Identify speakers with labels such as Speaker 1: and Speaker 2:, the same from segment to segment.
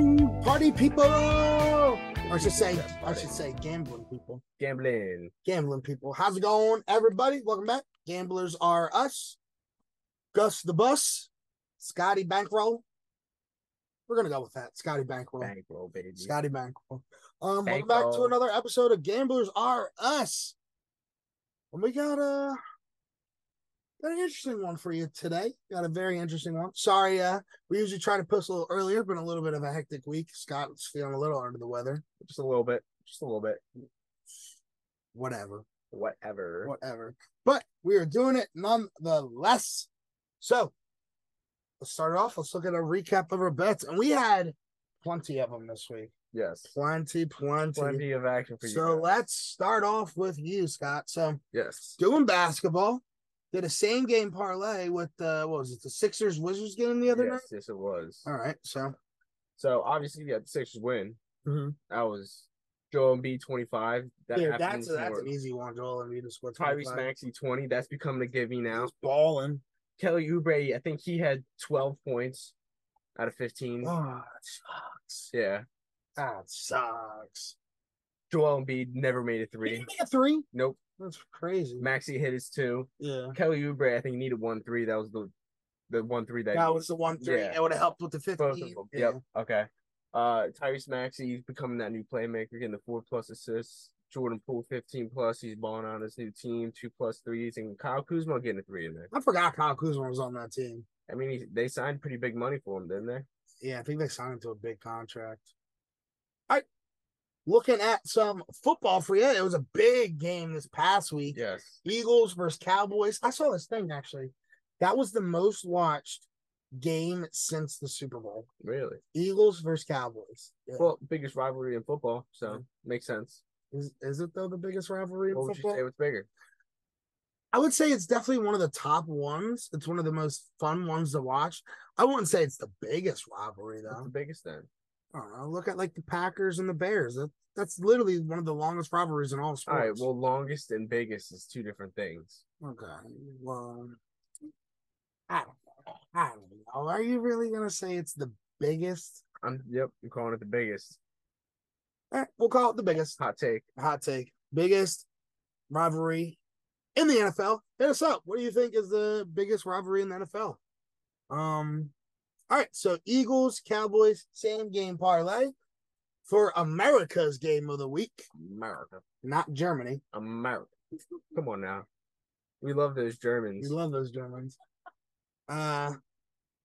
Speaker 1: Money people, or I should say, I should say, gambling people.
Speaker 2: Gambling.
Speaker 1: Gambling people. How's it going, everybody? Welcome back. Gamblers are us. Gus the Bus, Scotty Bankroll. We're gonna go with that, Scotty Bankroll.
Speaker 2: Bankroll, baby.
Speaker 1: Scotty Bankroll. Um, welcome back to
Speaker 2: Bankroll.
Speaker 1: another episode of Gamblers Are Us. And we got a got an interesting one for you today. Got a very interesting one. Sorry, uh, we usually try to post a little earlier. Been a little bit of a hectic week. Scott's feeling a little under the weather.
Speaker 2: Just a little bit. Just a little bit.
Speaker 1: Whatever,
Speaker 2: Whatever.
Speaker 1: whatever. But we are doing it nonetheless. So let's start it off. Let's look at a recap of our bets, and we had plenty of them this week.
Speaker 2: Yes.
Speaker 1: Plenty, plenty.
Speaker 2: Plenty of action for you.
Speaker 1: So
Speaker 2: guys.
Speaker 1: let's start off with you, Scott. So
Speaker 2: yes.
Speaker 1: doing basketball, did a same game parlay with uh, what was it, the Sixers Wizards game the other
Speaker 2: yes,
Speaker 1: night?
Speaker 2: yes, it was.
Speaker 1: All right, so
Speaker 2: So obviously, yeah, the Sixers win.
Speaker 1: Mhm.
Speaker 2: That was Joe B twenty five. That
Speaker 1: yeah,
Speaker 2: happens
Speaker 1: that's that's
Speaker 2: more.
Speaker 1: an easy one. Joel Embiid to score
Speaker 2: Tyrese
Speaker 1: 25.
Speaker 2: Maxey twenty. That's becoming a give me now.
Speaker 1: Just balling.
Speaker 2: Kelly Oubre, I think he had twelve points out of fifteen.
Speaker 1: Oh, that sucks.
Speaker 2: Yeah.
Speaker 1: That sucks.
Speaker 2: Joel Embiid never made a
Speaker 1: Did he
Speaker 2: three.
Speaker 1: make a three?
Speaker 2: Nope.
Speaker 1: That's crazy.
Speaker 2: Maxi hit his two.
Speaker 1: Yeah.
Speaker 2: Kelly Oubre, I think needed one three. That was the the one three that
Speaker 1: That was the one three.
Speaker 2: Yeah.
Speaker 1: It would have helped with the fifteen.
Speaker 2: both of them.
Speaker 1: Yeah.
Speaker 2: Yep. Okay. Uh, Tyrese Maxey he's becoming that new playmaker, getting the four plus assists. Jordan Poole, 15 plus. He's balling on his new team, two plus threes. And Kyle Kuzma getting a three in there.
Speaker 1: I forgot Kyle Kuzma was on that team.
Speaker 2: I mean, he, they signed pretty big money for him, didn't they?
Speaker 1: Yeah, I think they signed him to a big contract. All right. Looking at some football for you. It was a big game this past week.
Speaker 2: Yes.
Speaker 1: Eagles versus Cowboys. I saw this thing actually. That was the most watched game since the Super Bowl.
Speaker 2: Really?
Speaker 1: Eagles versus Cowboys. Yeah.
Speaker 2: Well, biggest rivalry in football. So makes sense.
Speaker 1: is, is it though the biggest rivalry in
Speaker 2: What would you say
Speaker 1: football?
Speaker 2: was bigger?
Speaker 1: I would say it's definitely one of the top ones. It's one of the most fun ones to watch. I wouldn't say it's the biggest rivalry
Speaker 2: What's the
Speaker 1: though.
Speaker 2: biggest then?
Speaker 1: I don't know. Uh, Look at like the Packers and the Bears. That, that's literally one of the longest rivalries in all
Speaker 2: All
Speaker 1: sports.
Speaker 2: right. Well, longest and biggest is two different things.
Speaker 1: Okay. Well, I don't know. I don't know. Are you really gonna say it's the biggest?
Speaker 2: I'm, yep. I'm calling it the biggest.
Speaker 1: Eh, we'll call it the biggest.
Speaker 2: Hot take.
Speaker 1: Hot take. Biggest rivalry in the NFL. Hit us up. What do you think is the biggest rivalry in the NFL? Um. All right. So Eagles, Cowboys, same game parlay for America's game of the week,
Speaker 2: America.
Speaker 1: not Germany.
Speaker 2: America. Come on now. We love those Germans.
Speaker 1: We love those Germans. Uh,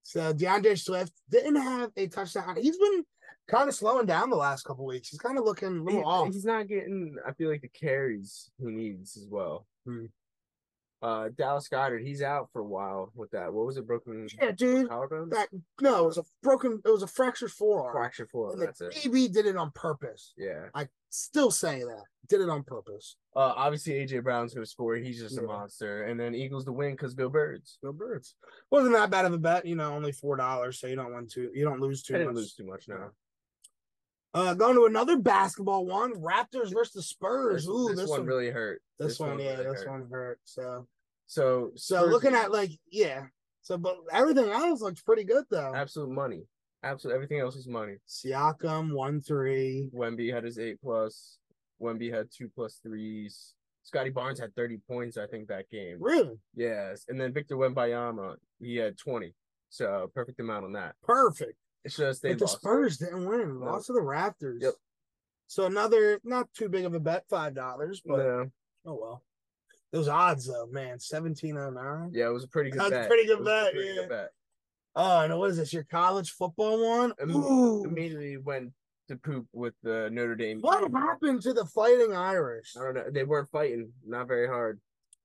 Speaker 1: so DeAndre Swift didn't have a touchdown. He's been kind of slowing down the last couple weeks. He's kind of looking a little
Speaker 2: He-
Speaker 1: off.
Speaker 2: He's not getting, I feel like, the carries he needs as well.
Speaker 1: Hmm.
Speaker 2: Uh, Dallas Goddard, he's out for a while with that. What was it, broken
Speaker 1: Yeah, dude.
Speaker 2: collarbone?
Speaker 1: That- No, it was a broken. It was a fractured forearm.
Speaker 2: Fracture four.
Speaker 1: And
Speaker 2: That's
Speaker 1: the
Speaker 2: it.
Speaker 1: DB did it on purpose.
Speaker 2: Yeah.
Speaker 1: I still say that did it on purpose.
Speaker 2: Uh, obviously AJ Brown's gonna score. He's just a
Speaker 1: Yeah.
Speaker 2: monster. And then Eagles to win because Bill Birds.
Speaker 1: Go birds. Wasn't that bad of a bet, you know? Only four dollars, so you don't win too. You don't lose
Speaker 2: I
Speaker 1: too
Speaker 2: didn't
Speaker 1: much.
Speaker 2: lose too much now.
Speaker 1: Uh, going to another basketball one: Raptors versus the Spurs.
Speaker 2: This,
Speaker 1: Ooh,
Speaker 2: this one really hurt.
Speaker 1: this, one, yeah,
Speaker 2: really
Speaker 1: this
Speaker 2: hurt.
Speaker 1: one hurt. So.
Speaker 2: So
Speaker 1: So
Speaker 2: Spurs-
Speaker 1: looking at like yeah. So but everything else looks pretty good though.
Speaker 2: absolute money, absolute everything else is money.
Speaker 1: Siakam one three.
Speaker 2: Wemby had his eight plus. Wemby had two plus threes. Scotty Barnes had 30 points, I think, that game.
Speaker 1: Really
Speaker 2: Yes. And then Victor Wembayama, he had 20. So perfect amount on that.
Speaker 1: perfect.
Speaker 2: It's just they
Speaker 1: but the
Speaker 2: lost.
Speaker 1: Spurs didn't win.
Speaker 2: No.
Speaker 1: Lost to the Raptors.
Speaker 2: Yep.
Speaker 1: So another not too big of a bet, five dollars, but
Speaker 2: No.
Speaker 1: oh well. Those odds though, man, seventeen oh nine.
Speaker 2: Yeah, it was a pretty good
Speaker 1: That's a
Speaker 2: bet.
Speaker 1: pretty good
Speaker 2: It was a
Speaker 1: bet,
Speaker 2: pretty
Speaker 1: yeah.
Speaker 2: good bet.
Speaker 1: Oh, and what is this? Your college football one?
Speaker 2: Im-
Speaker 1: Ooh,
Speaker 2: Immediately went to poop with the Notre Dame.
Speaker 1: what happened to the Fighting Irish?
Speaker 2: I don't know. They weren't fighting. Not very hard.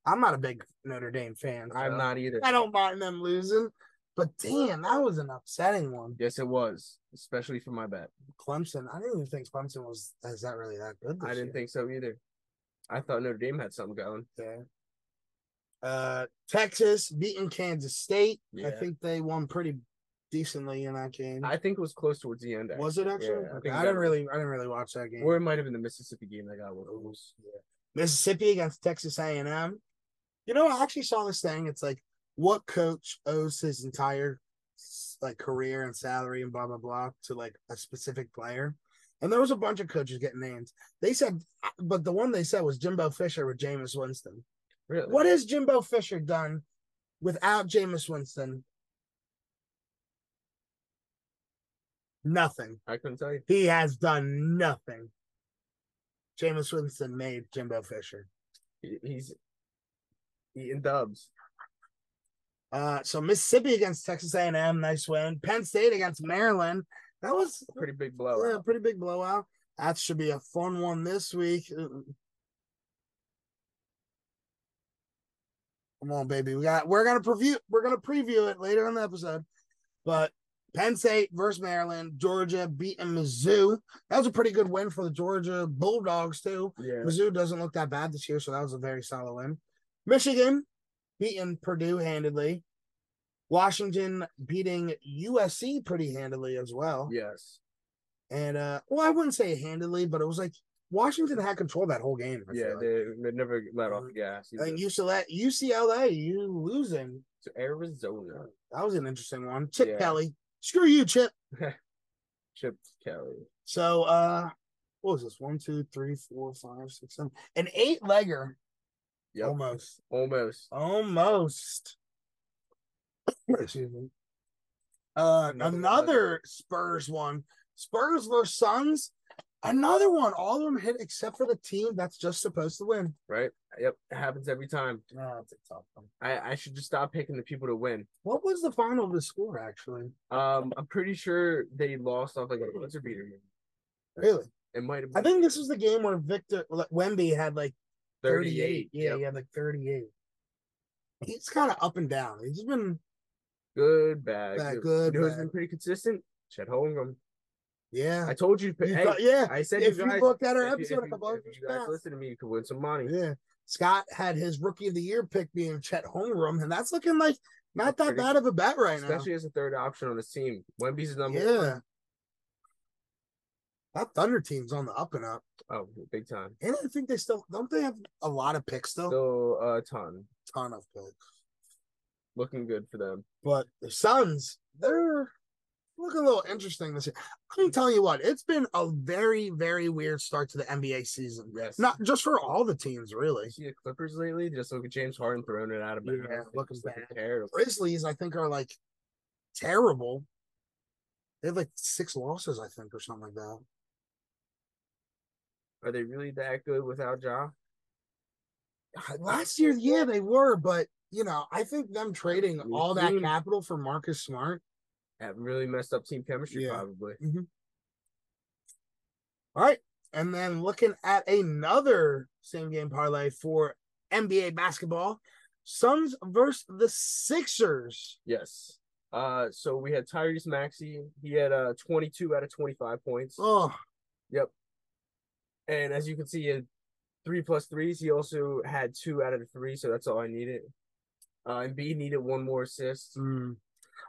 Speaker 1: I'm not a big Notre Dame fan. so
Speaker 2: I'm not either.
Speaker 1: I don't mind them losing, but damn, that was an upsetting one.
Speaker 2: Yes, it was. Especially for my bet.
Speaker 1: Clemson. I didn't even think Clemson was is that really that good. This
Speaker 2: I didn't
Speaker 1: year.
Speaker 2: think so either. I thought Notre Dame had something going.
Speaker 1: think. Uh, Texas beating Kansas State. I
Speaker 2: Yeah.
Speaker 1: think they won pretty decently in that game.
Speaker 2: I think it was close towards the end.
Speaker 1: was it actually?
Speaker 2: Yeah, I
Speaker 1: okay.
Speaker 2: think
Speaker 1: I,
Speaker 2: that
Speaker 1: didn't
Speaker 2: was-
Speaker 1: really, I didn't really watch that game.
Speaker 2: Or it might have been the Mississippi game that got one.
Speaker 1: Ooh, yeah. Mississippi against Texas A and M. You know, I actually saw this thing. It's like what coach owes his entire like career and salary and blah blah blah to like a specific player. And there was a bunch of coaches getting named. They said, but the one they said was Jimbo Fisher with Jameis Winston.
Speaker 2: Really?
Speaker 1: What has Jimbo Fisher done without Jameis Winston? Nothing.
Speaker 2: I couldn't tell you.
Speaker 1: He has done nothing. Jameis Winston made Jimbo Fisher.
Speaker 2: He- He's eating dubs.
Speaker 1: Uh, so Mississippi against Texas A&M, nice win. Penn State against Maryland, that was
Speaker 2: Pretty big
Speaker 1: yeah,
Speaker 2: blowout.
Speaker 1: a pretty big blowout. That should be a fun one this week. Come on, baby, we got we're gonna preview we're gonna preview it later in the episode. But Penn State versus Maryland, Georgia beating Mizzou. That was a pretty good win for the Georgia Bulldogs too.
Speaker 2: Yeah.
Speaker 1: Mizzou doesn't look that bad this year, so that was a very solid win. Michigan beating Purdue handedly. Washington beating USC pretty handily as well.
Speaker 2: Yes.
Speaker 1: And uh well, I wouldn't say handedly, but it was like Washington had control that whole game. I feel
Speaker 2: Yeah,
Speaker 1: like.
Speaker 2: they, they never let off the gas. either.
Speaker 1: and UCLA, UCLA, you losing.
Speaker 2: So Arizona.
Speaker 1: That was an interesting one. Chip
Speaker 2: Yeah.
Speaker 1: Kelly, screw you, Chip.
Speaker 2: Chip Kelly.
Speaker 1: So uh, what was this? One, two, three, four, five, six, seven, an eight legger.
Speaker 2: Yep.
Speaker 1: Almost,
Speaker 2: Almost.
Speaker 1: almost. Excuse me. Uh,
Speaker 2: Another
Speaker 1: another Spurs one. Spurs versus Suns. Another one. All of them hit except for the team that's just supposed to win.
Speaker 2: Right? Yep. It happens every time.
Speaker 1: Yeah, that's a tough one.
Speaker 2: I, I should just stop picking the people to win.
Speaker 1: What was the final of the score actually?
Speaker 2: Um, I'm pretty sure they lost off like a buzzer beater.
Speaker 1: Really?
Speaker 2: It might have
Speaker 1: I
Speaker 2: been
Speaker 1: think this was the game where Victor like, Wemby had like
Speaker 2: 38.
Speaker 1: 38. Yeah,
Speaker 2: Yep.
Speaker 1: he had like 38. He's kind of up and down. He's been
Speaker 2: Good, bad.
Speaker 1: Bad,
Speaker 2: good.
Speaker 1: good,
Speaker 2: You know who's
Speaker 1: bad.
Speaker 2: been pretty consistent? Chet Holmgren.
Speaker 1: yeah.
Speaker 2: I told you.
Speaker 1: You
Speaker 2: hey,
Speaker 1: thought- yeah.
Speaker 2: I said
Speaker 1: If
Speaker 2: you
Speaker 1: you,
Speaker 2: guys.
Speaker 1: looked at our
Speaker 2: if you-
Speaker 1: episode
Speaker 2: if
Speaker 1: a
Speaker 2: you-
Speaker 1: couple of
Speaker 2: if you guys listen to me, you could win some money.
Speaker 1: Yeah. Scott had his rookie of the year pick being Chet Holmgren, and that's looking like not that
Speaker 2: Pretty-
Speaker 1: bad of a bet right now.
Speaker 2: Especially as a third option on this team. Wemby's the number one.
Speaker 1: Yeah. That Thunder team's on the up and up.
Speaker 2: Oh, big time.
Speaker 1: And I think they still don't they have a lot of picks still?
Speaker 2: So a ton.
Speaker 1: ton of picks.
Speaker 2: Looking good for them.
Speaker 1: But the Suns, they're looking a little interesting this year. I'm telling you what, it's been a very, very weird start to the NBA season.
Speaker 2: Yes.
Speaker 1: Not just for all the teams, really.
Speaker 2: You see the Clippers lately? Just look at James Harden throwing it out of bounds.
Speaker 1: Yeah, looking
Speaker 2: Just looking
Speaker 1: bad.
Speaker 2: terrible.
Speaker 1: Grizzlies, I think, are like terrible. They have like six losses, I think, or something like that.
Speaker 2: Are they really that good without Ja?
Speaker 1: Ah, Last year, yeah, they were, but you know, I think them trading
Speaker 2: New
Speaker 1: all that
Speaker 2: team.
Speaker 1: capital for Marcus Smart.
Speaker 2: That really messed up team chemistry,
Speaker 1: Yeah.
Speaker 2: probably.
Speaker 1: All right. And then looking at another same game parlay for NBA basketball Suns versus the Sixers.
Speaker 2: Yes. Uh, so we had Tyrese Maxey. He had uh 22 out of 25 points.
Speaker 1: Oh,
Speaker 2: And as you can see, he had three plus threes. He also had two out of the three, so that's all I needed. Uh, and B needed one more assist.
Speaker 1: mm.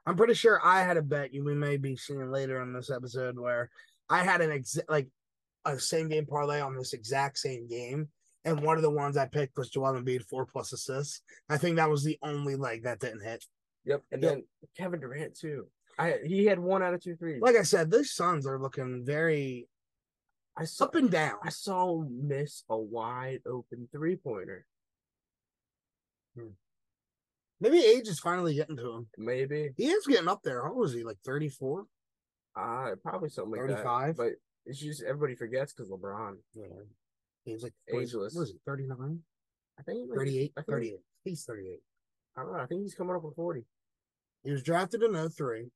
Speaker 1: I'm pretty sure I had a bet you we may be seeing later in this episode where I had an exact like a same game parlay on this exact same game. And one of the ones I picked was Joel Embiid four plus assists. I think that was the only leg that didn't hit.
Speaker 2: Yep. And
Speaker 1: Yep.
Speaker 2: then Kevin Durant too. I he had one out of two threes.
Speaker 1: Like I said, these Suns are looking very
Speaker 2: I saw
Speaker 1: up and down.
Speaker 2: I saw him miss a wide open three pointer.
Speaker 1: Maybe age is finally getting to him.
Speaker 2: Maybe
Speaker 1: He is getting up there. How old is he? Like 34?
Speaker 2: uh probably something like that.
Speaker 1: 35?
Speaker 2: But it's just everybody forgets because LeBron.
Speaker 1: Yeah. He's like, what is-
Speaker 2: Ageless.
Speaker 1: What is he, 39?
Speaker 2: I think he might be-
Speaker 1: 38?
Speaker 2: I think-
Speaker 1: 38. He's 38.
Speaker 2: I don't know. I think he's coming up with forty.
Speaker 1: He was drafted in 03.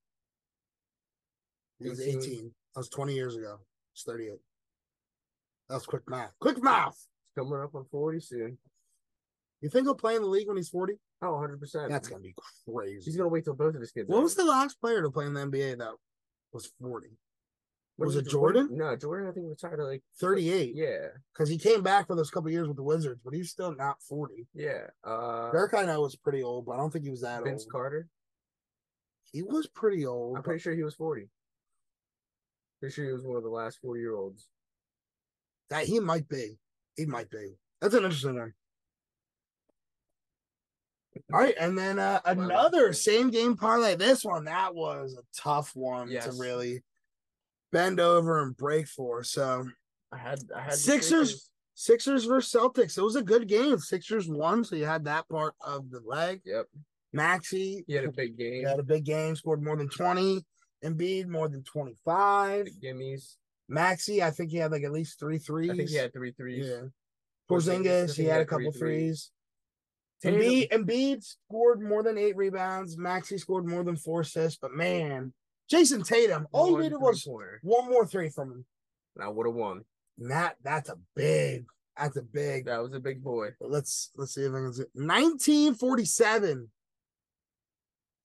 Speaker 1: He was
Speaker 2: 18.
Speaker 1: 18. That was 20 years ago. He's 38. That was quick math. Quick math!
Speaker 2: He's coming up on forty soon.
Speaker 1: You think he'll play in the league when he's 40?
Speaker 2: Oh, 100 percent.
Speaker 1: That's going to be crazy.
Speaker 2: He's gonna wait till both of his kids.
Speaker 1: what
Speaker 2: are
Speaker 1: was
Speaker 2: older.
Speaker 1: the last player to play in the NBA that was 40?
Speaker 2: What
Speaker 1: was
Speaker 2: did
Speaker 1: it Jordan?
Speaker 2: No, Jordan. I think retired at, like
Speaker 1: 38.
Speaker 2: yeah,
Speaker 1: Because he came back for those couple years with the Wizards, but he's still not 40.
Speaker 2: yeah. Uh,
Speaker 1: Dirk, I know, was pretty old, but I don't think he was that
Speaker 2: Vince
Speaker 1: old.
Speaker 2: Carter.
Speaker 1: He was pretty old.
Speaker 2: I'm
Speaker 1: but-
Speaker 2: pretty sure he was 40. Pretty sure he was one of the last 40 year olds.
Speaker 1: That he might be. He might be. That's an interesting one. All right, and then uh, another same game parlay. This one that was a tough one
Speaker 2: Yes.
Speaker 1: to really bend over and break for. So
Speaker 2: I had I had the
Speaker 1: Sixers- Sixers versus Celtics. It was a good game. Sixers won, so you had that part of the leg.
Speaker 2: Yep,
Speaker 1: Maxi
Speaker 2: he had a big game.
Speaker 1: he had a big game, scored more than twenty. Embiid more than twenty five.
Speaker 2: big gimmies.
Speaker 1: Maxi, I think he had like at least three threes.
Speaker 2: I think he had three threes.
Speaker 1: yeah.
Speaker 2: Porzingis, I
Speaker 1: Porzingis,
Speaker 2: think
Speaker 1: he had a couple threes.
Speaker 2: Tatum-
Speaker 1: Embiid, Embiid scored more than eight rebounds. Maxi scored more than four assists. But man, Jason Tatum, all
Speaker 2: One
Speaker 1: Oh, he needed was
Speaker 2: three-pointer,
Speaker 1: one more three from him.
Speaker 2: and I would have won.
Speaker 1: And that that's a big, that's a big.
Speaker 2: That was a big boy.
Speaker 1: But let's let's see if I can see. 1947.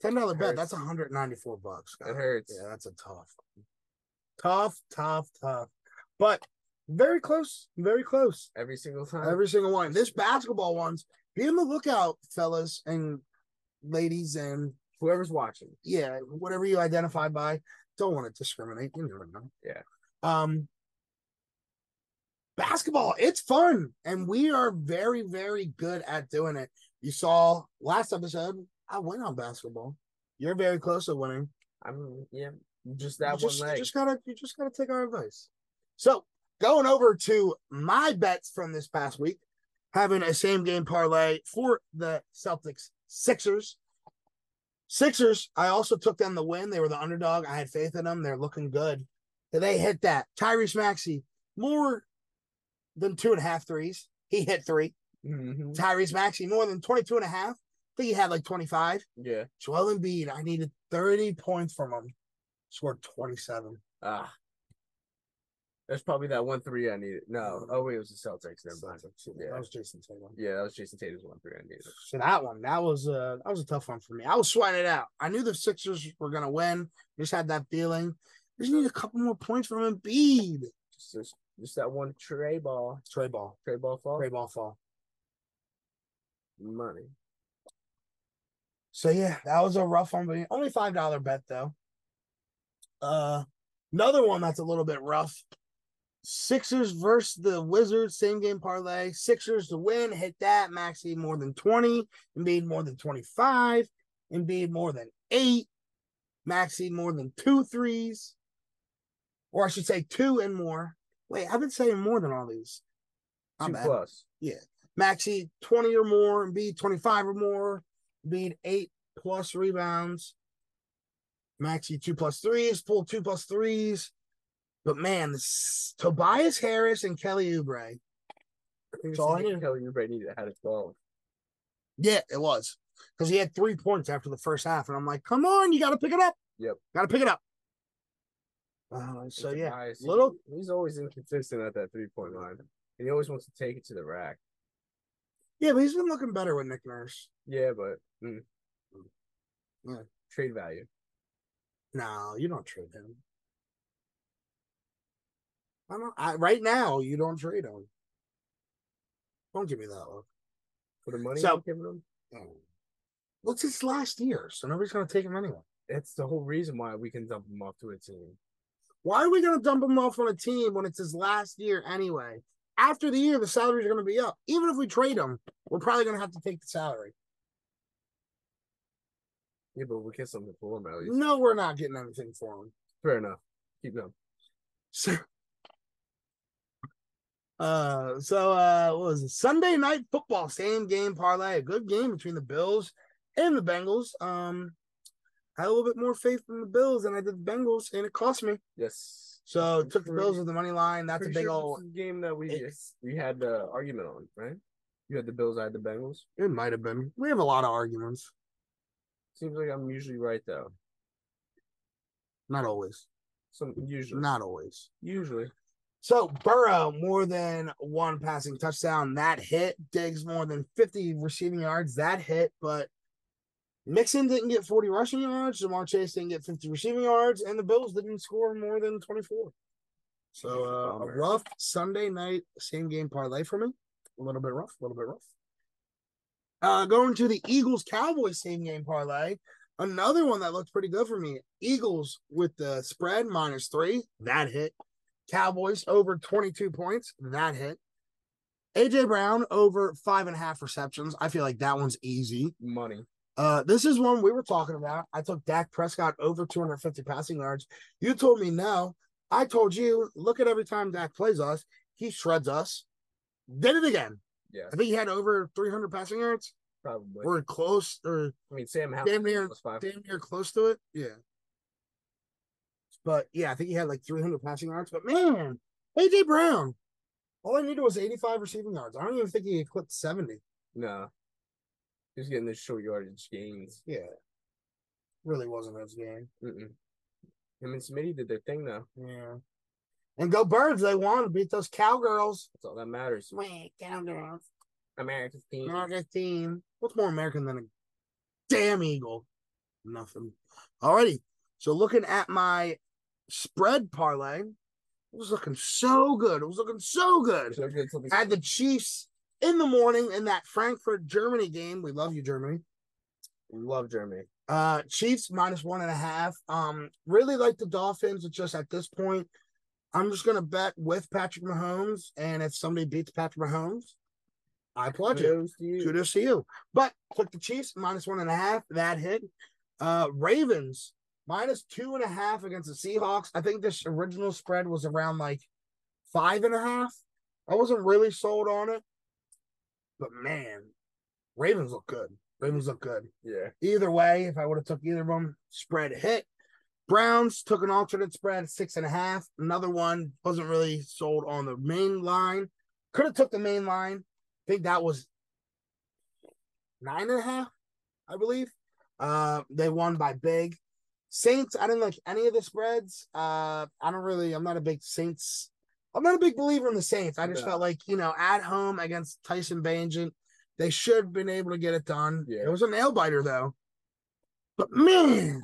Speaker 1: Ten dollar bet.
Speaker 2: Hurts.
Speaker 1: That's 194 bucks.
Speaker 2: It
Speaker 1: God.
Speaker 2: hurts.
Speaker 1: Ah, Yeah, that's a tough, one. tough, tough, tough. But very close, very close.
Speaker 2: Every single time.
Speaker 1: Every single one. This basketball one's be on the lookout, fellas and ladies, and
Speaker 2: Whoever's watching.
Speaker 1: yeah, whatever you identify by. Don't want to discriminate. You never know.
Speaker 2: Yeah.
Speaker 1: Um. Basketball, it's fun, and we are very, very good at doing it. You saw last episode, I went on basketball. You're very close to winning.
Speaker 2: I'm yeah. Just that
Speaker 1: you just,
Speaker 2: one
Speaker 1: you
Speaker 2: leg.
Speaker 1: just gotta you just gotta take our advice. So going over to my bets from this past week, having a same game parlay for the Celtics Sixers. Sixers, I also took them the win. They were the underdog. I had faith in them. They're looking good. They hit that. Tyrese Maxey, more than two and a half threes. He hit three.
Speaker 2: hmm
Speaker 1: Tyrese Maxey, more than 22 and a half. I think he had like 25.
Speaker 2: Yeah.
Speaker 1: Joel Embiid, I needed 30 points from him. Scored 27.
Speaker 2: Ah. That's probably that one three I needed. No. Oh wait, it was the Celtics. Never mind.
Speaker 1: Mm-hmm. Celtics, yeah,
Speaker 2: Yeah.
Speaker 1: That was Jason Tatum.
Speaker 2: Yeah, that was Jason Tatum's one three I needed.
Speaker 1: So that one, that was a that was a tough one for me. I was sweating it out. I knew the Sixers were gonna win. Just had that feeling. Just need a couple more points from Embiid.
Speaker 2: Just, just, just that one tray ball.
Speaker 1: Trey ball,
Speaker 2: Tray ball fall.
Speaker 1: Trey ball fall.
Speaker 2: Money.
Speaker 1: So yeah, that was a rough one, but only five dollar bet though. Uh, another one that's a little bit rough. Sixers versus the Wizards, same game parlay. Sixers to win, hit that. Maxi more than twenty, Embiid more than twenty five, Embiid more than eight, Maxi more than two threes, or I should say two and more. Wait, I've been saying more than all these. My
Speaker 2: Two
Speaker 1: bad.
Speaker 2: plus.
Speaker 1: Maxi 20 or more, and Embiid 25 or more, Embiid 8 plus rebounds, Maxi 2 plus 3s, pull 2 plus 3s. But man, this, Tobias Harris and Kelly Oubre.
Speaker 2: I think
Speaker 1: That's
Speaker 2: it's
Speaker 1: all I
Speaker 2: like
Speaker 1: knew.
Speaker 2: Kelly Oubre needed had a twelve.
Speaker 1: Yeah, it was. Because he had three points after the first half. And I'm like, come on, you got to pick it up.
Speaker 2: Yep.
Speaker 1: Got to pick it up. Uh, so,
Speaker 2: It's
Speaker 1: yeah.
Speaker 2: biased. He-
Speaker 1: little-
Speaker 2: He's always inconsistent at that three point line, and he always wants to take it to the rack.
Speaker 1: Yeah, but he's been looking better with Nick Nurse.
Speaker 2: Yeah, but mm.
Speaker 1: Yeah.
Speaker 2: trade value.
Speaker 1: No, you don't trade him. I don't. I, right now, you don't trade him. Don't give me that look.
Speaker 2: for the money
Speaker 1: So-
Speaker 2: I'm giving them.
Speaker 1: What's his last year? So nobody's gonna take him anyway.
Speaker 2: That's the whole reason why we can dump him off to a team.
Speaker 1: Why are we gonna dump him off on a team when it's his last year anyway? After the year, the salaries are gonna be up. Even if we trade him, we're probably gonna have to take the salary.
Speaker 2: Yeah, but we get something for him at least.
Speaker 1: No, we're not getting anything for him.
Speaker 2: Fair enough. Keep them.
Speaker 1: So, uh, so uh, what was it? Sunday night football, same game parlay, a good game between the Bills and the Bengals. Um, I had a little bit more faith in the Bills than I did the Bengals, and it cost me.
Speaker 2: Yes.
Speaker 1: So
Speaker 2: I'm
Speaker 1: took the
Speaker 2: pretty-
Speaker 1: Bills with the money line. That's a
Speaker 2: Pretty
Speaker 1: big
Speaker 2: sure
Speaker 1: old.
Speaker 2: this is the game that we
Speaker 1: It's-
Speaker 2: we had the argument on, right? You had the Bills, I had the Bengals.
Speaker 1: It might have been. We have a lot of arguments.
Speaker 2: Seems like I'm usually right though.
Speaker 1: Not always.
Speaker 2: Some usually,
Speaker 1: Not always.
Speaker 2: usually.
Speaker 1: So Burrow more than one passing touchdown that hit. Diggs more than fifty receiving yards that hit, but Mixon didn't get forty rushing yards. Jamar Chase didn't get fifty receiving yards, and the Bills didn't score more than twenty four. So uh, a
Speaker 2: Bummer.
Speaker 1: rough Sunday night same game parlay for me. A little bit rough. A little bit rough. Uh, going to the Eagles Cowboys same game parlay. Another one that looked pretty good for me. Eagles with the spread minus three. That hit. Cowboys over 22 points. That hit. AJ Brown over five and a half receptions. I feel like that one's easy.
Speaker 2: Money.
Speaker 1: Uh, this is one we were talking about. I took Dak Prescott over 250 passing yards. You told me no. I told you, look at every time Dak plays us, he shreds us. Did it again.
Speaker 2: Yeah,
Speaker 1: I think he had over 300 passing yards.
Speaker 2: probably.
Speaker 1: We're close or
Speaker 2: I mean, Sam Howell
Speaker 1: damn near
Speaker 2: plus five.
Speaker 1: damn near close to it. Yeah. But yeah, I think he had like 300 passing yards. But man, AJ Brown, all I needed was 85 receiving yards. I don't even think he clipped 70.
Speaker 2: No. He's getting those short yardage gains.
Speaker 1: Yeah. Really wasn't his game.
Speaker 2: Mm-mm. Him and Smitty did their thing, though.
Speaker 1: Yeah. And go birds. They want to beat those cowgirls.
Speaker 2: That's all that matters.
Speaker 1: Wait, cowgirls.
Speaker 2: America's team.
Speaker 1: American team. What's more American than a damn eagle? Nothing. Alrighty. So looking at my spread parlay, it was looking so good. It was looking so good.
Speaker 2: So good till the-
Speaker 1: I had the Chiefs in the morning in that Frankfurt Germany game. We love you, Germany.
Speaker 2: Love Germany.
Speaker 1: Uh Chiefs minus one and a half. Um, really like the Dolphins. It's just at this point, I'm just gonna bet with Patrick Mahomes, and if somebody beats Patrick Mahomes, I plunge it.
Speaker 2: Kudos to you.
Speaker 1: Kudos to you. But click the Chiefs minus one and a half. That hit. Uh Ravens minus two and a half against the Seahawks. I think this original spread was around like five and a half. I wasn't really sold on it. But man, Ravens look good. Ravens look good.
Speaker 2: Yeah.
Speaker 1: Either way, if I would have took either of them, spread hit. Browns took an alternate spread six and a half. Another one wasn't really sold on the main line. Could have took the main line. I think that was nine and a half, I believe. Uh, they won by big. Saints. I didn't like any of the spreads. Uh, I don't really. I'm not a big Saints. I'm not a big believer in the Saints. I just
Speaker 2: No.
Speaker 1: felt like you know at home against Tyson Bajent, they should have been able to get it done.
Speaker 2: Yeah.
Speaker 1: It was a nail biter though. But man,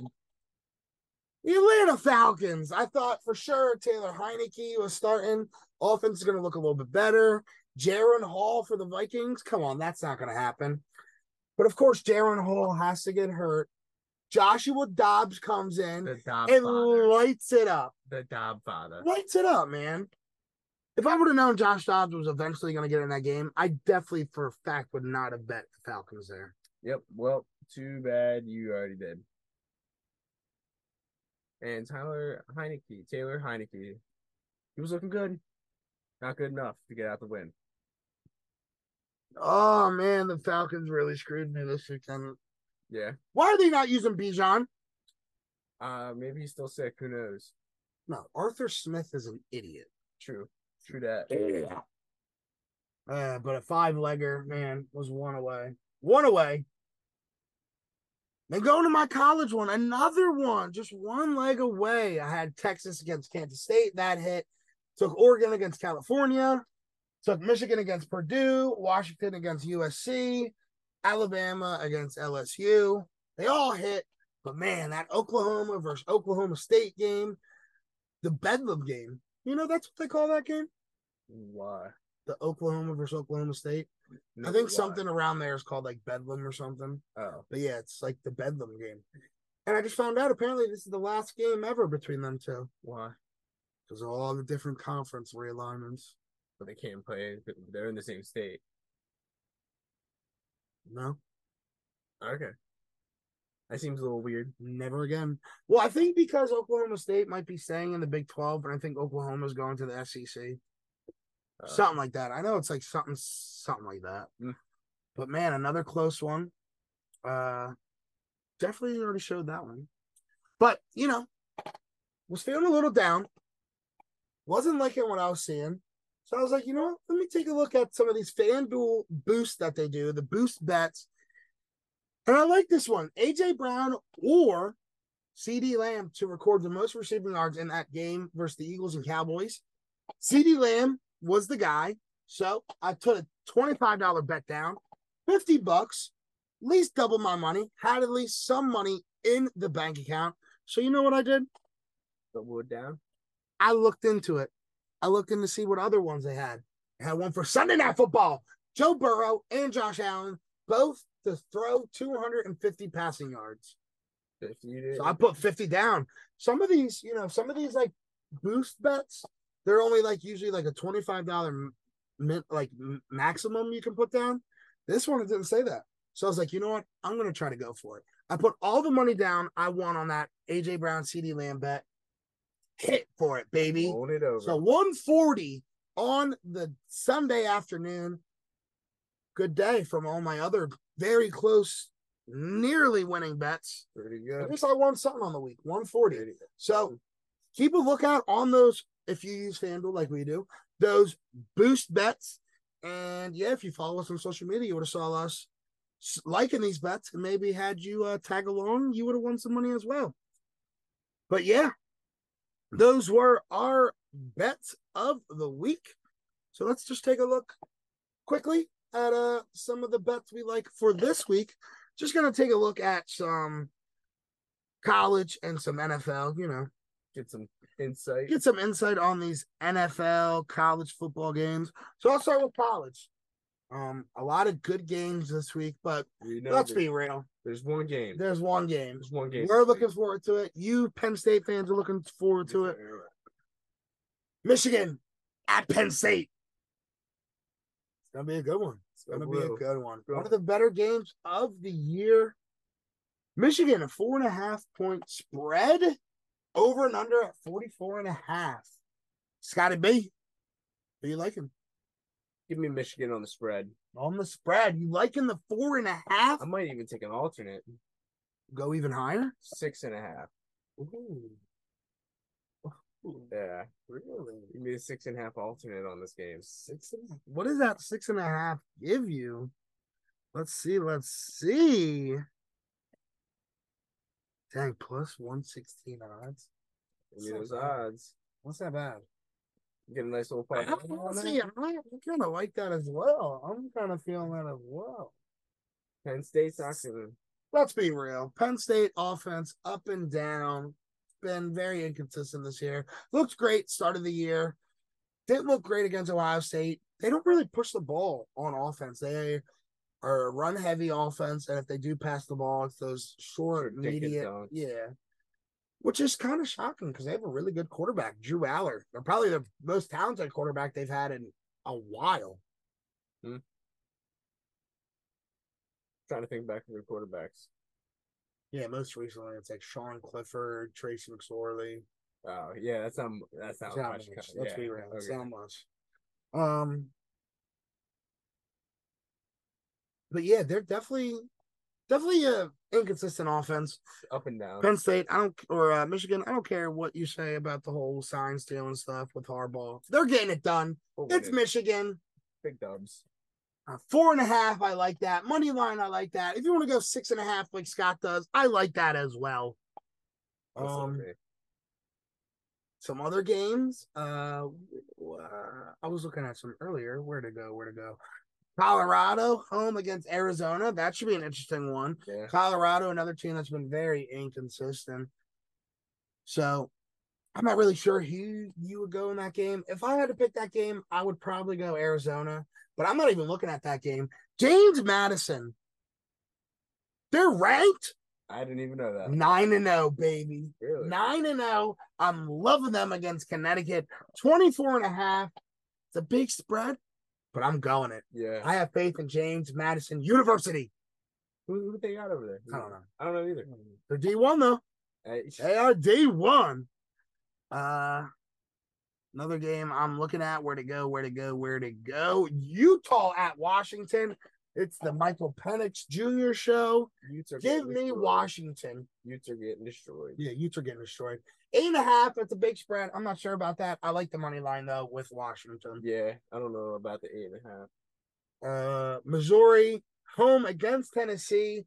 Speaker 1: the Atlanta Falcons. I thought for sure Taylor Heineke was starting. Offense is going to look a little bit better. Jaron Hall for the Vikings. Come on, that's not going to happen. But of course, Jaron Hall has to get hurt. Joshua Dobbs comes in
Speaker 2: The Dob
Speaker 1: and
Speaker 2: father.
Speaker 1: lights it up.
Speaker 2: The Dob father.
Speaker 1: Lights it up, man. If I would have known Josh Dobbs was eventually going to get in that game, I definitely for a fact would not have bet the Falcons there.
Speaker 2: Yep. Well, too bad you already did. And Tyler Heineke, Taylor Heineke, he was looking good. Not good enough to get out the win.
Speaker 1: Oh man, the Falcons really screwed me this weekend.
Speaker 2: Yeah.
Speaker 1: Why are they not using Bijan?
Speaker 2: Uh, maybe he's still sick. Who knows?
Speaker 1: No, Arthur Smith is an idiot.
Speaker 2: True. True that.
Speaker 1: Yeah. Uh, but a five legger, man, was one away. One away. Then going to my college one, another one, just one leg away. I had Texas against Kansas State, that hit. Took Oregon against California. Took Michigan against Purdue. Washington against USC. Alabama against LSU. They all hit. But man, that Oklahoma versus Oklahoma State game, the Bedlam game. You know, that's what they call that game?
Speaker 2: Why?
Speaker 1: the Oklahoma versus Oklahoma State. I
Speaker 2: No,
Speaker 1: think
Speaker 2: why?
Speaker 1: something around there is called like Bedlam or something.
Speaker 2: Oh,
Speaker 1: But yeah, it's like the Bedlam game. And I just found out apparently this is the last game ever between them two
Speaker 2: why?
Speaker 1: because of all the different conference realignments.
Speaker 2: But they can't play. They're in the same state.
Speaker 1: No,
Speaker 2: Okay. That seems a little weird.
Speaker 1: never again. Well, I think because Oklahoma State might be staying in the Big 12, and I think Oklahoma's going to the SEC.
Speaker 2: Uh,
Speaker 1: something like that. I know it's like something something like that.
Speaker 2: Mm.
Speaker 1: But man, another close one. Uh definitely already showed that one. But you know, was feeling a little down. Wasn't liking what I was seeing. So I was like, you know what? Let me take a look at some of these FanDuel boosts that they do, the boost bets. And I like this one. AJ Brown or CD Lamb to record the most receiving yards in that game versus the Eagles and Cowboys. CD Lamb was the guy. So I put a $25 bet down, 50 bucks, at least double my money, had at least some money in the bank account. So you know what I did?
Speaker 2: the wood down.
Speaker 1: I looked into it. I looked in to see what other ones they had. I had one for Sunday Night Football, Joe Burrow and Josh Allen, both to throw 250 passing yards.
Speaker 2: If you did,
Speaker 1: So I put 50 down. Some of these, you know, some of these like boost bets, they're only like usually like a $25 min, like m- maximum you can put down. This one it didn't say that, so I was like, you know what, I'm gonna try to go for it. I put all the money down I won on that AJ Brown CD Lamb bet. Hit for it, baby.
Speaker 2: Hold it over.
Speaker 1: So 140 on the Sunday afternoon. Good day from all my other very close, nearly winning bets.
Speaker 2: Pretty
Speaker 1: At
Speaker 2: good.
Speaker 1: least I won something on the week, 140.
Speaker 2: Pretty-
Speaker 1: So keep a lookout on those if you use FanDuel like we do, those boost bets. And yeah, if you follow us on social media, you would have saw us s- liking these bets and maybe had you uh, tag along, you would have won some money as well. But yeah, those were our bets of the week. So let's just take a look quickly at uh, some of the bets we like for this week. Just going to take a look at some college and some NFL, you know,
Speaker 2: Get some insight.
Speaker 1: get some insight on these NFL college football games. So I'll start with college. Um, a lot of good games this week, but
Speaker 2: You know,
Speaker 1: let's
Speaker 2: there-
Speaker 1: be real.
Speaker 2: There's one game.
Speaker 1: There's one game.
Speaker 2: There's one game.
Speaker 1: We're looking forward to it. You Penn State fans are looking forward to it. Michigan at Penn State. It's gonna be a good one. It's gonna be a
Speaker 2: will.
Speaker 1: good one.
Speaker 2: Go.
Speaker 1: One of the better games of the year. Michigan, a four and a half point spread over and under at 44 and a half. Scotty B. Who you liking?
Speaker 2: Give me Michigan on the spread.
Speaker 1: On the spread. You liking the four and a half?
Speaker 2: I might even take an alternate
Speaker 1: Go even higher.
Speaker 2: six and a half.
Speaker 1: Ooh. Ooh,
Speaker 2: Yeah,
Speaker 1: really?
Speaker 2: give me a six and a half alternate on this game.
Speaker 1: Six and a, what does that six and a half give you? Let's see, let's see. Dang, plus one sixteen odds.
Speaker 2: Give me those
Speaker 1: That's not bad.
Speaker 2: odds.
Speaker 1: What's that bad?
Speaker 2: Get a nice little
Speaker 1: I
Speaker 2: five. on
Speaker 1: see.
Speaker 2: that.
Speaker 1: I kind of like that as well. I'm kind of feeling that as well.
Speaker 2: Penn State's not gonna.
Speaker 1: Let's be real. Penn State offense up and down. Been very inconsistent this year. Looked great start of the year. Didn't look great against Ohio State. They don't really push the ball on offense. They are a run heavy offense, and if they do pass the ball, it's those short,
Speaker 2: Short dick and
Speaker 1: immediate,
Speaker 2: dunks.
Speaker 1: yeah. Which is kind of shocking because they have a really good quarterback, Drew Aller. They're probably the most talented quarterback they've had in a while.
Speaker 2: Trying to think back to their quarterbacks.
Speaker 1: Yeah, most recently it's like Sean Clifford, Tracy McSorley.
Speaker 2: Oh yeah, that's not that's not
Speaker 1: It's not
Speaker 2: much.
Speaker 1: much.
Speaker 2: co-
Speaker 1: Let's
Speaker 2: yeah,
Speaker 1: be real. It's
Speaker 2: okay.
Speaker 1: not much. Um, but yeah, they're definitely definitely a inconsistent offense.
Speaker 2: Up and down.
Speaker 1: Penn State, I don't or uh, Michigan, I don't care what you say about the whole sign stealing stuff with Harbaugh. They're getting it done.
Speaker 2: We'll win
Speaker 1: It's
Speaker 2: it.
Speaker 1: Michigan.
Speaker 2: big dubs.
Speaker 1: Uh, four and a half, I like that. Money line, I like that. If you want to go six and a half, like Scott does, I like that as well.
Speaker 2: That's
Speaker 1: Um,
Speaker 2: okay.
Speaker 1: some other games. Uh, w- uh, I was looking at some earlier. Where to go? Where to go? Colorado home against Arizona. That should be an interesting one.
Speaker 2: yeah.
Speaker 1: Colorado, another team that's been very inconsistent. So I'm not really sure who you would go in that game. If I had to pick that game, I would probably go Arizona, but I'm not even looking at that game. James Madison. They're ranked
Speaker 2: I didn't even know that.
Speaker 1: 9 and 0, baby.
Speaker 2: Really?
Speaker 1: 9 and 0. I'm loving them against Connecticut. 24 and a half. It's a big spread, but I'm going it.
Speaker 2: yeah.
Speaker 1: I have faith in James Madison University.
Speaker 2: who, who they got over there?
Speaker 1: I don't know. Hmm.
Speaker 2: I don't know either.
Speaker 1: They're D1 though.
Speaker 2: Hey,
Speaker 1: They are D1. Uh another game I'm looking at where to go, where to go, where to go. Utah at Washington. It's the Michael Penix Jr. show.
Speaker 2: Utes are
Speaker 1: Give
Speaker 2: getting
Speaker 1: me
Speaker 2: destroyed.
Speaker 1: Washington.
Speaker 2: Utes are getting destroyed.
Speaker 1: Yeah, Utah getting destroyed. Eight and a half. That's a big spread. I'm not sure about that. I like the money line though with Washington.
Speaker 2: Yeah, I don't know about the eight and a half.
Speaker 1: Uh, Missouri home against Tennessee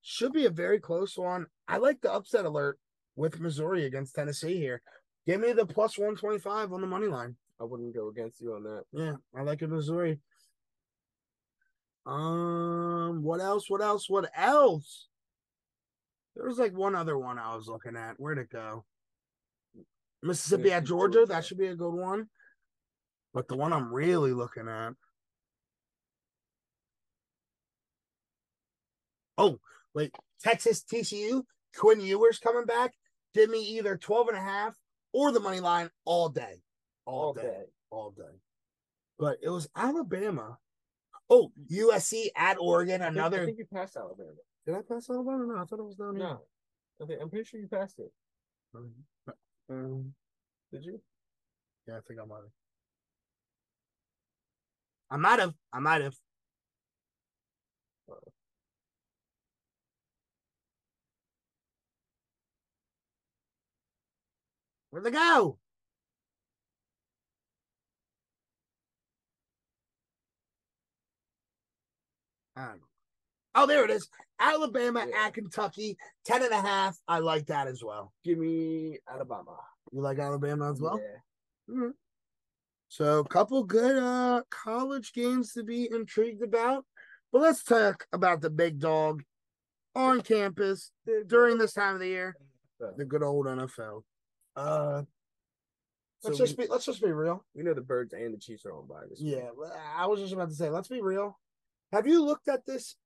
Speaker 1: should be a very close one. I like the upset alert with Missouri against Tennessee here. Give me the plus one twenty five on the money line.
Speaker 2: I wouldn't go against you on that.
Speaker 1: Yeah, I like it Missouri. Um, what else? What else? What else? There was like one other one I was looking at. Where'd it go? Mississippi at
Speaker 2: Mississippi,
Speaker 1: Georgia.
Speaker 2: Georgia.
Speaker 1: That should be a good one. But the one I'm really looking at. Oh, wait. Texas TCU. Quinn Ewers coming back. Give me either 12 and a half or the money line all day. All,
Speaker 2: All
Speaker 1: day.
Speaker 2: day.
Speaker 1: All day. but it was Alabama. Oh, USC at Oregon.
Speaker 2: I think- I
Speaker 1: Another.
Speaker 2: think you passed Alabama.
Speaker 1: Did I pass Alabama? No, I thought it was down here.
Speaker 2: No, I think, I'm pretty sure you passed it.
Speaker 1: Um,
Speaker 2: Did you?
Speaker 1: yeah, I think I might have. I might have. I might have. Where'd they go? I don't know. Oh, there it is. Alabama
Speaker 2: Yeah.
Speaker 1: at Kentucky, 10 and a half. I like that as well.
Speaker 2: Give me Alabama
Speaker 1: You like Alabama as well?
Speaker 2: Yeah.
Speaker 1: So a couple good uh college games to be intrigued about. But let's talk about the big dog on campus during this time of the year. The good old NFL. Uh let's
Speaker 2: So
Speaker 1: just be let's just be real.
Speaker 2: We know the Birds and the Chiefs are on by this.
Speaker 1: Yeah, I was just about to say, let's be real. Have you looked at this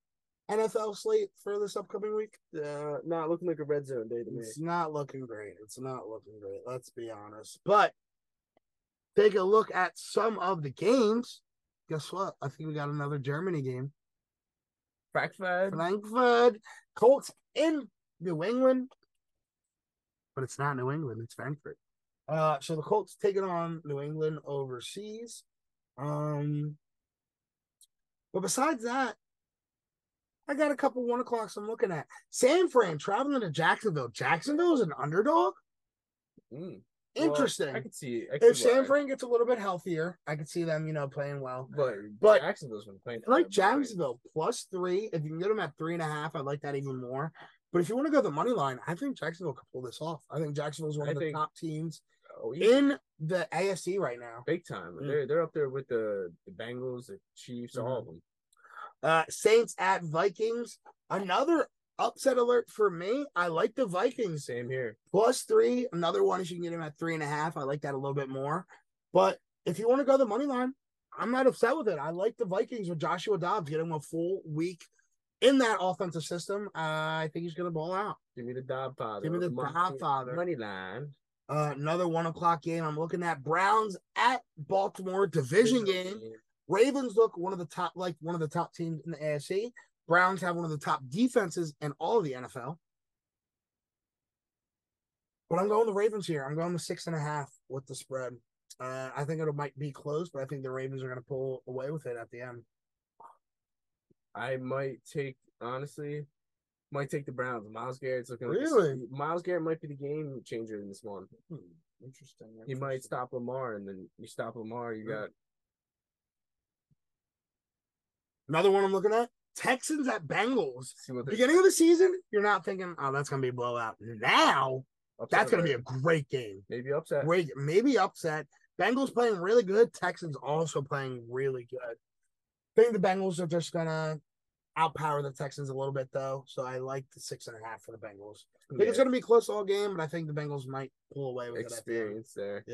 Speaker 1: NFL slate for this upcoming week?
Speaker 2: week. Uh, not looking like a red zone day to me.
Speaker 1: It's not looking great. It's not looking great. Let's be honest. But take a look at some of the games. Guess what? I think we got another Germany game.
Speaker 2: Fact five.
Speaker 1: Frankfurt, Colts in New England. But it's not New England, it's Frankfurt. Uh, so the Colts taking on New England overseas. Um, but besides that, I got a couple one o'clocks I'm looking at. San Fran traveling to Jacksonville. Jacksonville is an underdog.
Speaker 2: Mm. Well,
Speaker 1: Interesting.
Speaker 2: I can see. I can
Speaker 1: if
Speaker 2: see why.
Speaker 1: San Fran gets a little bit healthier, I could see them, you know, playing well.
Speaker 2: but
Speaker 1: but-
Speaker 2: Jacksonville's been playing.
Speaker 1: I like
Speaker 2: fine.
Speaker 1: Jacksonville plus three. If you can get them at three and a half, I like that even more. But if you want to go the money line, I think Jacksonville could pull this off. I think Jacksonville's one
Speaker 2: I
Speaker 1: of the
Speaker 2: think-
Speaker 1: top teams
Speaker 2: Oh, yeah.
Speaker 1: in the AFC right now.
Speaker 2: big time.
Speaker 1: Mm.
Speaker 2: They're they're up there with the the Bengals, the Chiefs, all
Speaker 1: Mm-hmm.
Speaker 2: of them.
Speaker 1: Uh, Saints at Vikings. Another upset alert for me. I like the Vikings
Speaker 2: Same here.
Speaker 1: plus three. Another one is you can get him at three and a half. I like that a little bit more. But if you want to go the money line, I'm not upset with it. I like the Vikings with Joshua Dobbs getting a full week in that offensive system. Uh, I think he's going to ball out.
Speaker 2: Give me the Dodd Father.
Speaker 1: Give me the
Speaker 2: Mon-
Speaker 1: Dodd Father.
Speaker 2: Money line.
Speaker 1: Uh, another one o'clock game. I'm looking at Browns at Baltimore division game. Ravens look one of the top, like one of the top teams in the AFC. Browns have one of the top defenses in all of the NFL. But I'm going the Ravens here. I'm going to six and a half with the spread. Uh, I think it might be close, but I think the Ravens are going to pull away with it at the end.
Speaker 2: I might take honestly, might take the Browns. Miles Garrett's looking like a-
Speaker 1: Really?
Speaker 2: Miles Garrett might be the game changer in this one.
Speaker 1: Interesting.
Speaker 2: He might stop Lamar, and then you stop Lamar, you
Speaker 1: Mm.
Speaker 2: got
Speaker 1: Another one I'm looking at Texans at Bengals.
Speaker 2: see what
Speaker 1: Beginning of the season, you're not thinking, oh, that's going to be a blowout. Now, That's going to be a great game.
Speaker 2: maybe upset.
Speaker 1: Great, maybe upset. Bengals playing really good. Texans also playing really good. I think the Bengals are just going to outpower the Texans a little bit, though. So I like the six and a half for the Bengals. I think it's
Speaker 2: Yeah,
Speaker 1: going to be close all game, but I think the Bengals might pull away with it. at the end.
Speaker 2: experience there.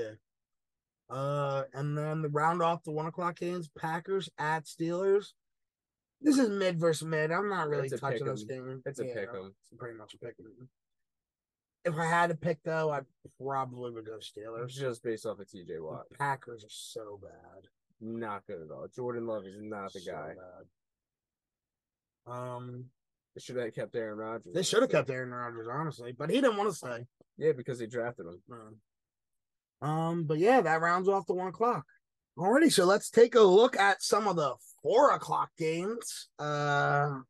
Speaker 1: Uh, and then the round off the one o'clock games: Packers at Steelers. This is mid versus mid. I'm not really
Speaker 2: It's a
Speaker 1: touching this
Speaker 2: pick'em.
Speaker 1: game.
Speaker 2: It's a
Speaker 1: Yeah,
Speaker 2: pick 'em.
Speaker 1: It's pretty much a pick 'em. If I had to pick though, I probably would go Steelers.
Speaker 2: Just based off of TJ
Speaker 1: The
Speaker 2: Watt.
Speaker 1: Packers are so bad.
Speaker 2: Not good at all. Jordan Love is not the
Speaker 1: so
Speaker 2: guy.
Speaker 1: bad. Um,
Speaker 2: They should have kept Aaron Rodgers.
Speaker 1: they should have kept Aaron Rodgers, honestly, but he didn't want to stay.
Speaker 2: Yeah, because they drafted him.
Speaker 1: Mm. Um, but yeah, that rounds off the one o'clock. Alrighty, so let's take a look at some of the four o'clock games. Uh,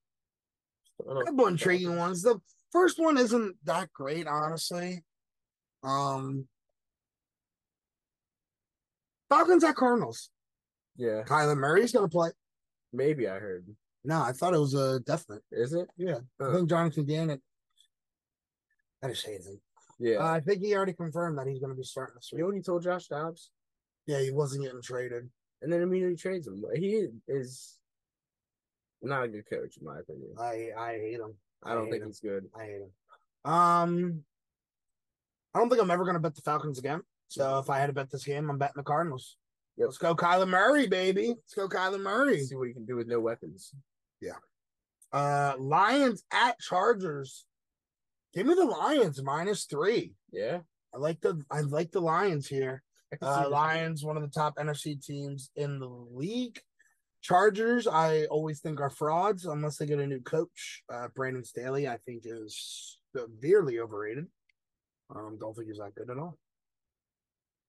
Speaker 1: a couple intriguing ones. The first one isn't that great, honestly. Um, Falcons at Cardinals.
Speaker 2: Yeah,
Speaker 1: Kyler Murray's gonna play.
Speaker 2: maybe I heard.
Speaker 1: No, I thought it was a definite.
Speaker 2: Is it?
Speaker 1: Yeah, I
Speaker 2: Huh.
Speaker 1: think Jonathan Gannon. That is hazing.
Speaker 2: Yeah.
Speaker 1: Uh, I think he already confirmed that he's going to be starting this
Speaker 2: you know
Speaker 1: week.
Speaker 2: what he told Josh Dobbs,
Speaker 1: Yeah, he wasn't getting traded.
Speaker 2: and then immediately trades him. He is not a good coach, in my opinion.
Speaker 1: I I hate him.
Speaker 2: I don't
Speaker 1: hate
Speaker 2: think
Speaker 1: him.
Speaker 2: he's good.
Speaker 1: I hate him. Um, I don't think I'm ever going to bet the Falcons again. So if I had to bet this game, I'm betting the Cardinals.
Speaker 2: Yep.
Speaker 1: Let's go, Kyler Murray, baby. Let's go, Kyler Murray.
Speaker 2: See what he can do with no weapons.
Speaker 1: Uh, Lions at Chargers. Give me the Lions minus three.
Speaker 2: Yeah,
Speaker 1: I like the I like the Lions here.
Speaker 2: I can see
Speaker 1: Uh,
Speaker 2: this.
Speaker 1: Lions, one of the top NFC teams in the league. Chargers, I always think are frauds unless they get a new coach. Uh, Brandon Staley, I think, is severely overrated. Um, don't think he's that good at all.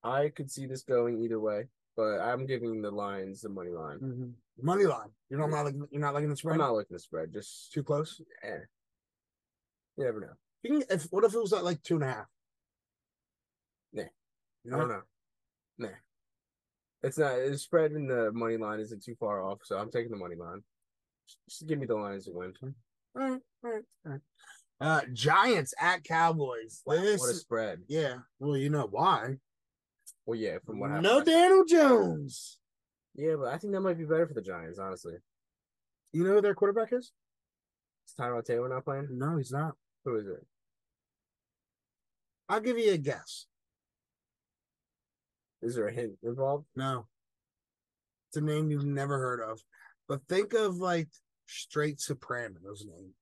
Speaker 2: I could see this going either way, but I'm giving the Lions the money line.
Speaker 1: Money line. You're not, liking, you're not liking the Mm, spread.
Speaker 2: I'm not looking to spread. Just
Speaker 1: Too close.
Speaker 2: eh. You never know.
Speaker 1: You can, if what if it was at like two and a half?
Speaker 2: Nah.
Speaker 1: You
Speaker 2: I don't
Speaker 1: know,
Speaker 2: know. Nah. It's not it's spread in the money line isn't too far off, so I'm taking the money line. Just give me the Lions to win.
Speaker 1: all right, all right, all right. Uh, Giants at Cowboys. This,
Speaker 2: What a spread.
Speaker 1: yeah. Well, you know why?
Speaker 2: Well, yeah, from what happened.
Speaker 1: No
Speaker 2: last-
Speaker 1: Daniel Jones.
Speaker 2: Yeah, but I think that might be better for the Giants, honestly.
Speaker 1: You know who their quarterback is?
Speaker 2: Is Tyrod Taylor not playing?
Speaker 1: No, he's not.
Speaker 2: Who is it?
Speaker 1: I'll give you a guess.
Speaker 2: Is there a hint involved?
Speaker 1: No. It's a name you've never heard of. But think of like straight Sopranos name.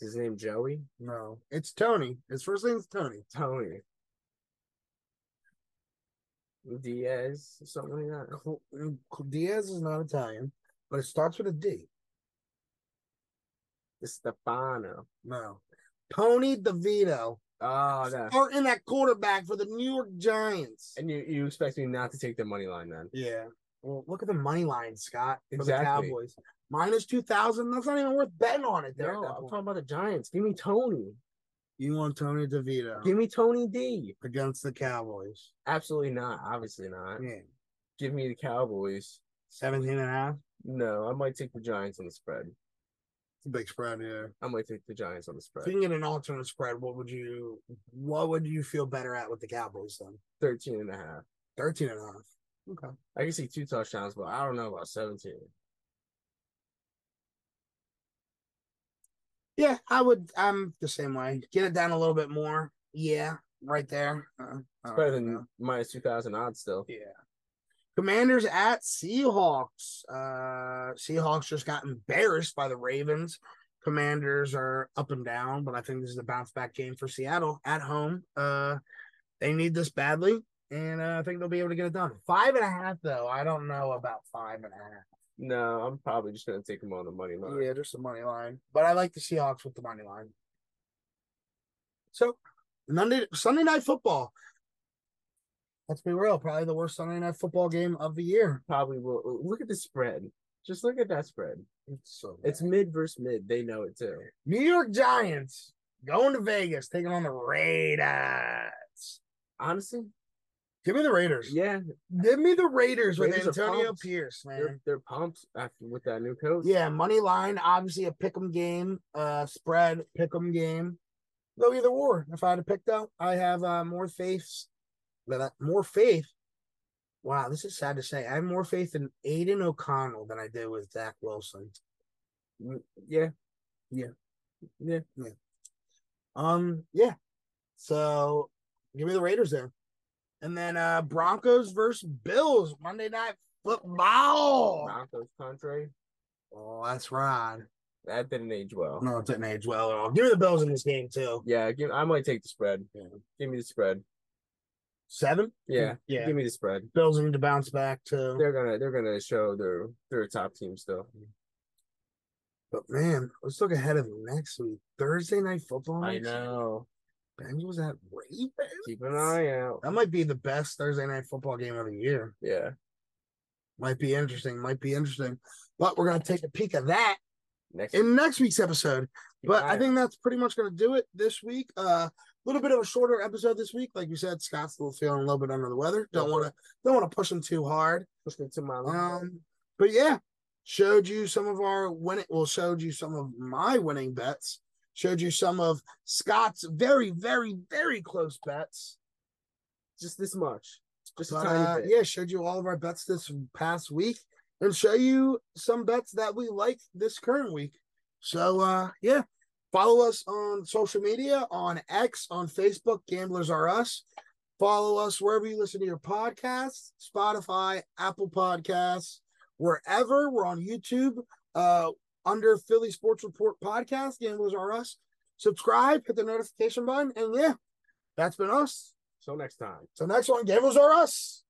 Speaker 2: Is his name Joey?
Speaker 1: No. It's Tony. His first name's Tony.
Speaker 2: Tony. Diaz, something like that.
Speaker 1: Cl- Cl- uh, Diaz is not Italian, but it starts with a D.
Speaker 2: Stefano.
Speaker 1: No. Tony DeVito.
Speaker 2: Oh, that.
Speaker 1: Starting that quarterback for the New York Giants.
Speaker 2: And you, you expect me not to take the money line then?
Speaker 1: Yeah. Well, look at the money line, Scott, for
Speaker 2: Exactly.
Speaker 1: the Cowboys. Minus 2,000. That's not even worth betting on it. There
Speaker 2: No,
Speaker 1: at that
Speaker 2: I'm
Speaker 1: point.
Speaker 2: talking about the Giants. Give me Tony.
Speaker 1: you want Tony DeVito.
Speaker 2: Give me Tony D.
Speaker 1: against the Cowboys.
Speaker 2: Absolutely not. Obviously not.
Speaker 1: Yeah.
Speaker 2: Give me the Cowboys.
Speaker 1: 17 and a half.
Speaker 2: No, I might take the Giants on the spread.
Speaker 1: It's a big spread, yeah.
Speaker 2: I might take the Giants on the
Speaker 1: If you
Speaker 2: spread.
Speaker 1: can get an alternate spread, what would you what would you feel better at with the Cowboys then?
Speaker 2: 13 and a half.
Speaker 1: 13 and a half. Okay.
Speaker 2: I can see two touchdowns, but I don't know about 17.
Speaker 1: Yeah, I would I'm the same way. Get it down a little bit more. Yeah, right there. Uh, I
Speaker 2: It's
Speaker 1: don't
Speaker 2: better than
Speaker 1: know.
Speaker 2: minus 2,000 odds still.
Speaker 1: Yeah. Commanders at Seahawks. Uh Seahawks just got embarrassed by the Ravens. Commanders are up and down, but I think this is a bounce back game for Seattle at home. Uh they need this badly, and uh, I think they'll be able to get it done. Five and a half though. I don't know about five and a half.
Speaker 2: No, I'm probably just going to take them on the money line.
Speaker 1: Yeah, just the money line. But I like the Seahawks with the money line. So Monday Sunday night football. Let's be real, probably the worst Sunday night football game of the year.
Speaker 2: Probably will. Look at the spread. Just look at that spread.
Speaker 1: It's so
Speaker 2: It's mid versus mid. They know it too.
Speaker 1: New York Giants going to Vegas, taking on the Raiders.
Speaker 2: Honestly,
Speaker 1: Give me the Raiders.
Speaker 2: yeah,
Speaker 1: Give me the Raiders,
Speaker 2: Raiders are
Speaker 1: with Antonio
Speaker 2: pumped.
Speaker 1: Pierce, man.
Speaker 2: they're, they're pumped after with that new coach.
Speaker 1: Yeah, money line, obviously a pick 'em game, uh, spread pick 'em game. Though either or, if I had to pick though, I have uh, more faith. blah, More faith. Wow, this is sad to say. I have more faith in Aiden O'Connell than I did with Zach Wilson. Mm,
Speaker 2: Yeah, yeah, yeah. yeah.
Speaker 1: Um, yeah. So give me the Raiders there. And then uh Broncos versus Bills Monday night football.
Speaker 2: Broncos contrary,
Speaker 1: Oh, that's right.
Speaker 2: that didn't age well.
Speaker 1: No, it didn't age well at all. Give me the Bills in this game too.
Speaker 2: Yeah, give, I might take the spread.
Speaker 1: Yeah.
Speaker 2: Give me the spread.
Speaker 1: Seven?
Speaker 2: Yeah,
Speaker 1: Yeah. Mm-hmm.
Speaker 2: give me the spread.
Speaker 1: Bills need to bounce back too.
Speaker 2: They're gonna they're gonna show they're they're a top team still.
Speaker 1: But man, let's look ahead of next week. Thursday night football.
Speaker 2: I
Speaker 1: next week.
Speaker 2: know.
Speaker 1: Bengals at Ravens.
Speaker 2: Keep an eye out.
Speaker 1: That might be the best Thursday night football game of the year.
Speaker 2: Yeah,
Speaker 1: Might be interesting. Might be interesting. But we're gonna take a peek at that
Speaker 2: next.
Speaker 1: in next week's episode.
Speaker 2: keep
Speaker 1: But
Speaker 2: an
Speaker 1: I
Speaker 2: eye
Speaker 1: think that's pretty much going to do it this week. A uh, little bit of a shorter episode this week, like you said. Scott's still feeling a little bit under the weather. Don't
Speaker 2: Yeah.
Speaker 1: want to don't want to push him too hard.
Speaker 2: out. Listen to my
Speaker 1: Um, but yeah, showed you some of our winning. Well, showed you some of my winning bets. Showed you some of Scott's very, very, very close bets.
Speaker 2: just this much, just a
Speaker 1: But,
Speaker 2: tiny
Speaker 1: uh,
Speaker 2: bit.
Speaker 1: yeah, showed you all of our bets this past week, and show you some bets that we like this current week. So uh, yeah, follow us on social media on X on Facebook. Gamblers are us. Follow us wherever you listen to your podcasts: Spotify, Apple Podcasts, wherever. We're on YouTube uh, under Philly Sports Report Podcast. Gamblers are us. Subscribe, hit the notification button, and yeah, That's been us.
Speaker 2: So next time.
Speaker 1: So next one, Gamers are us.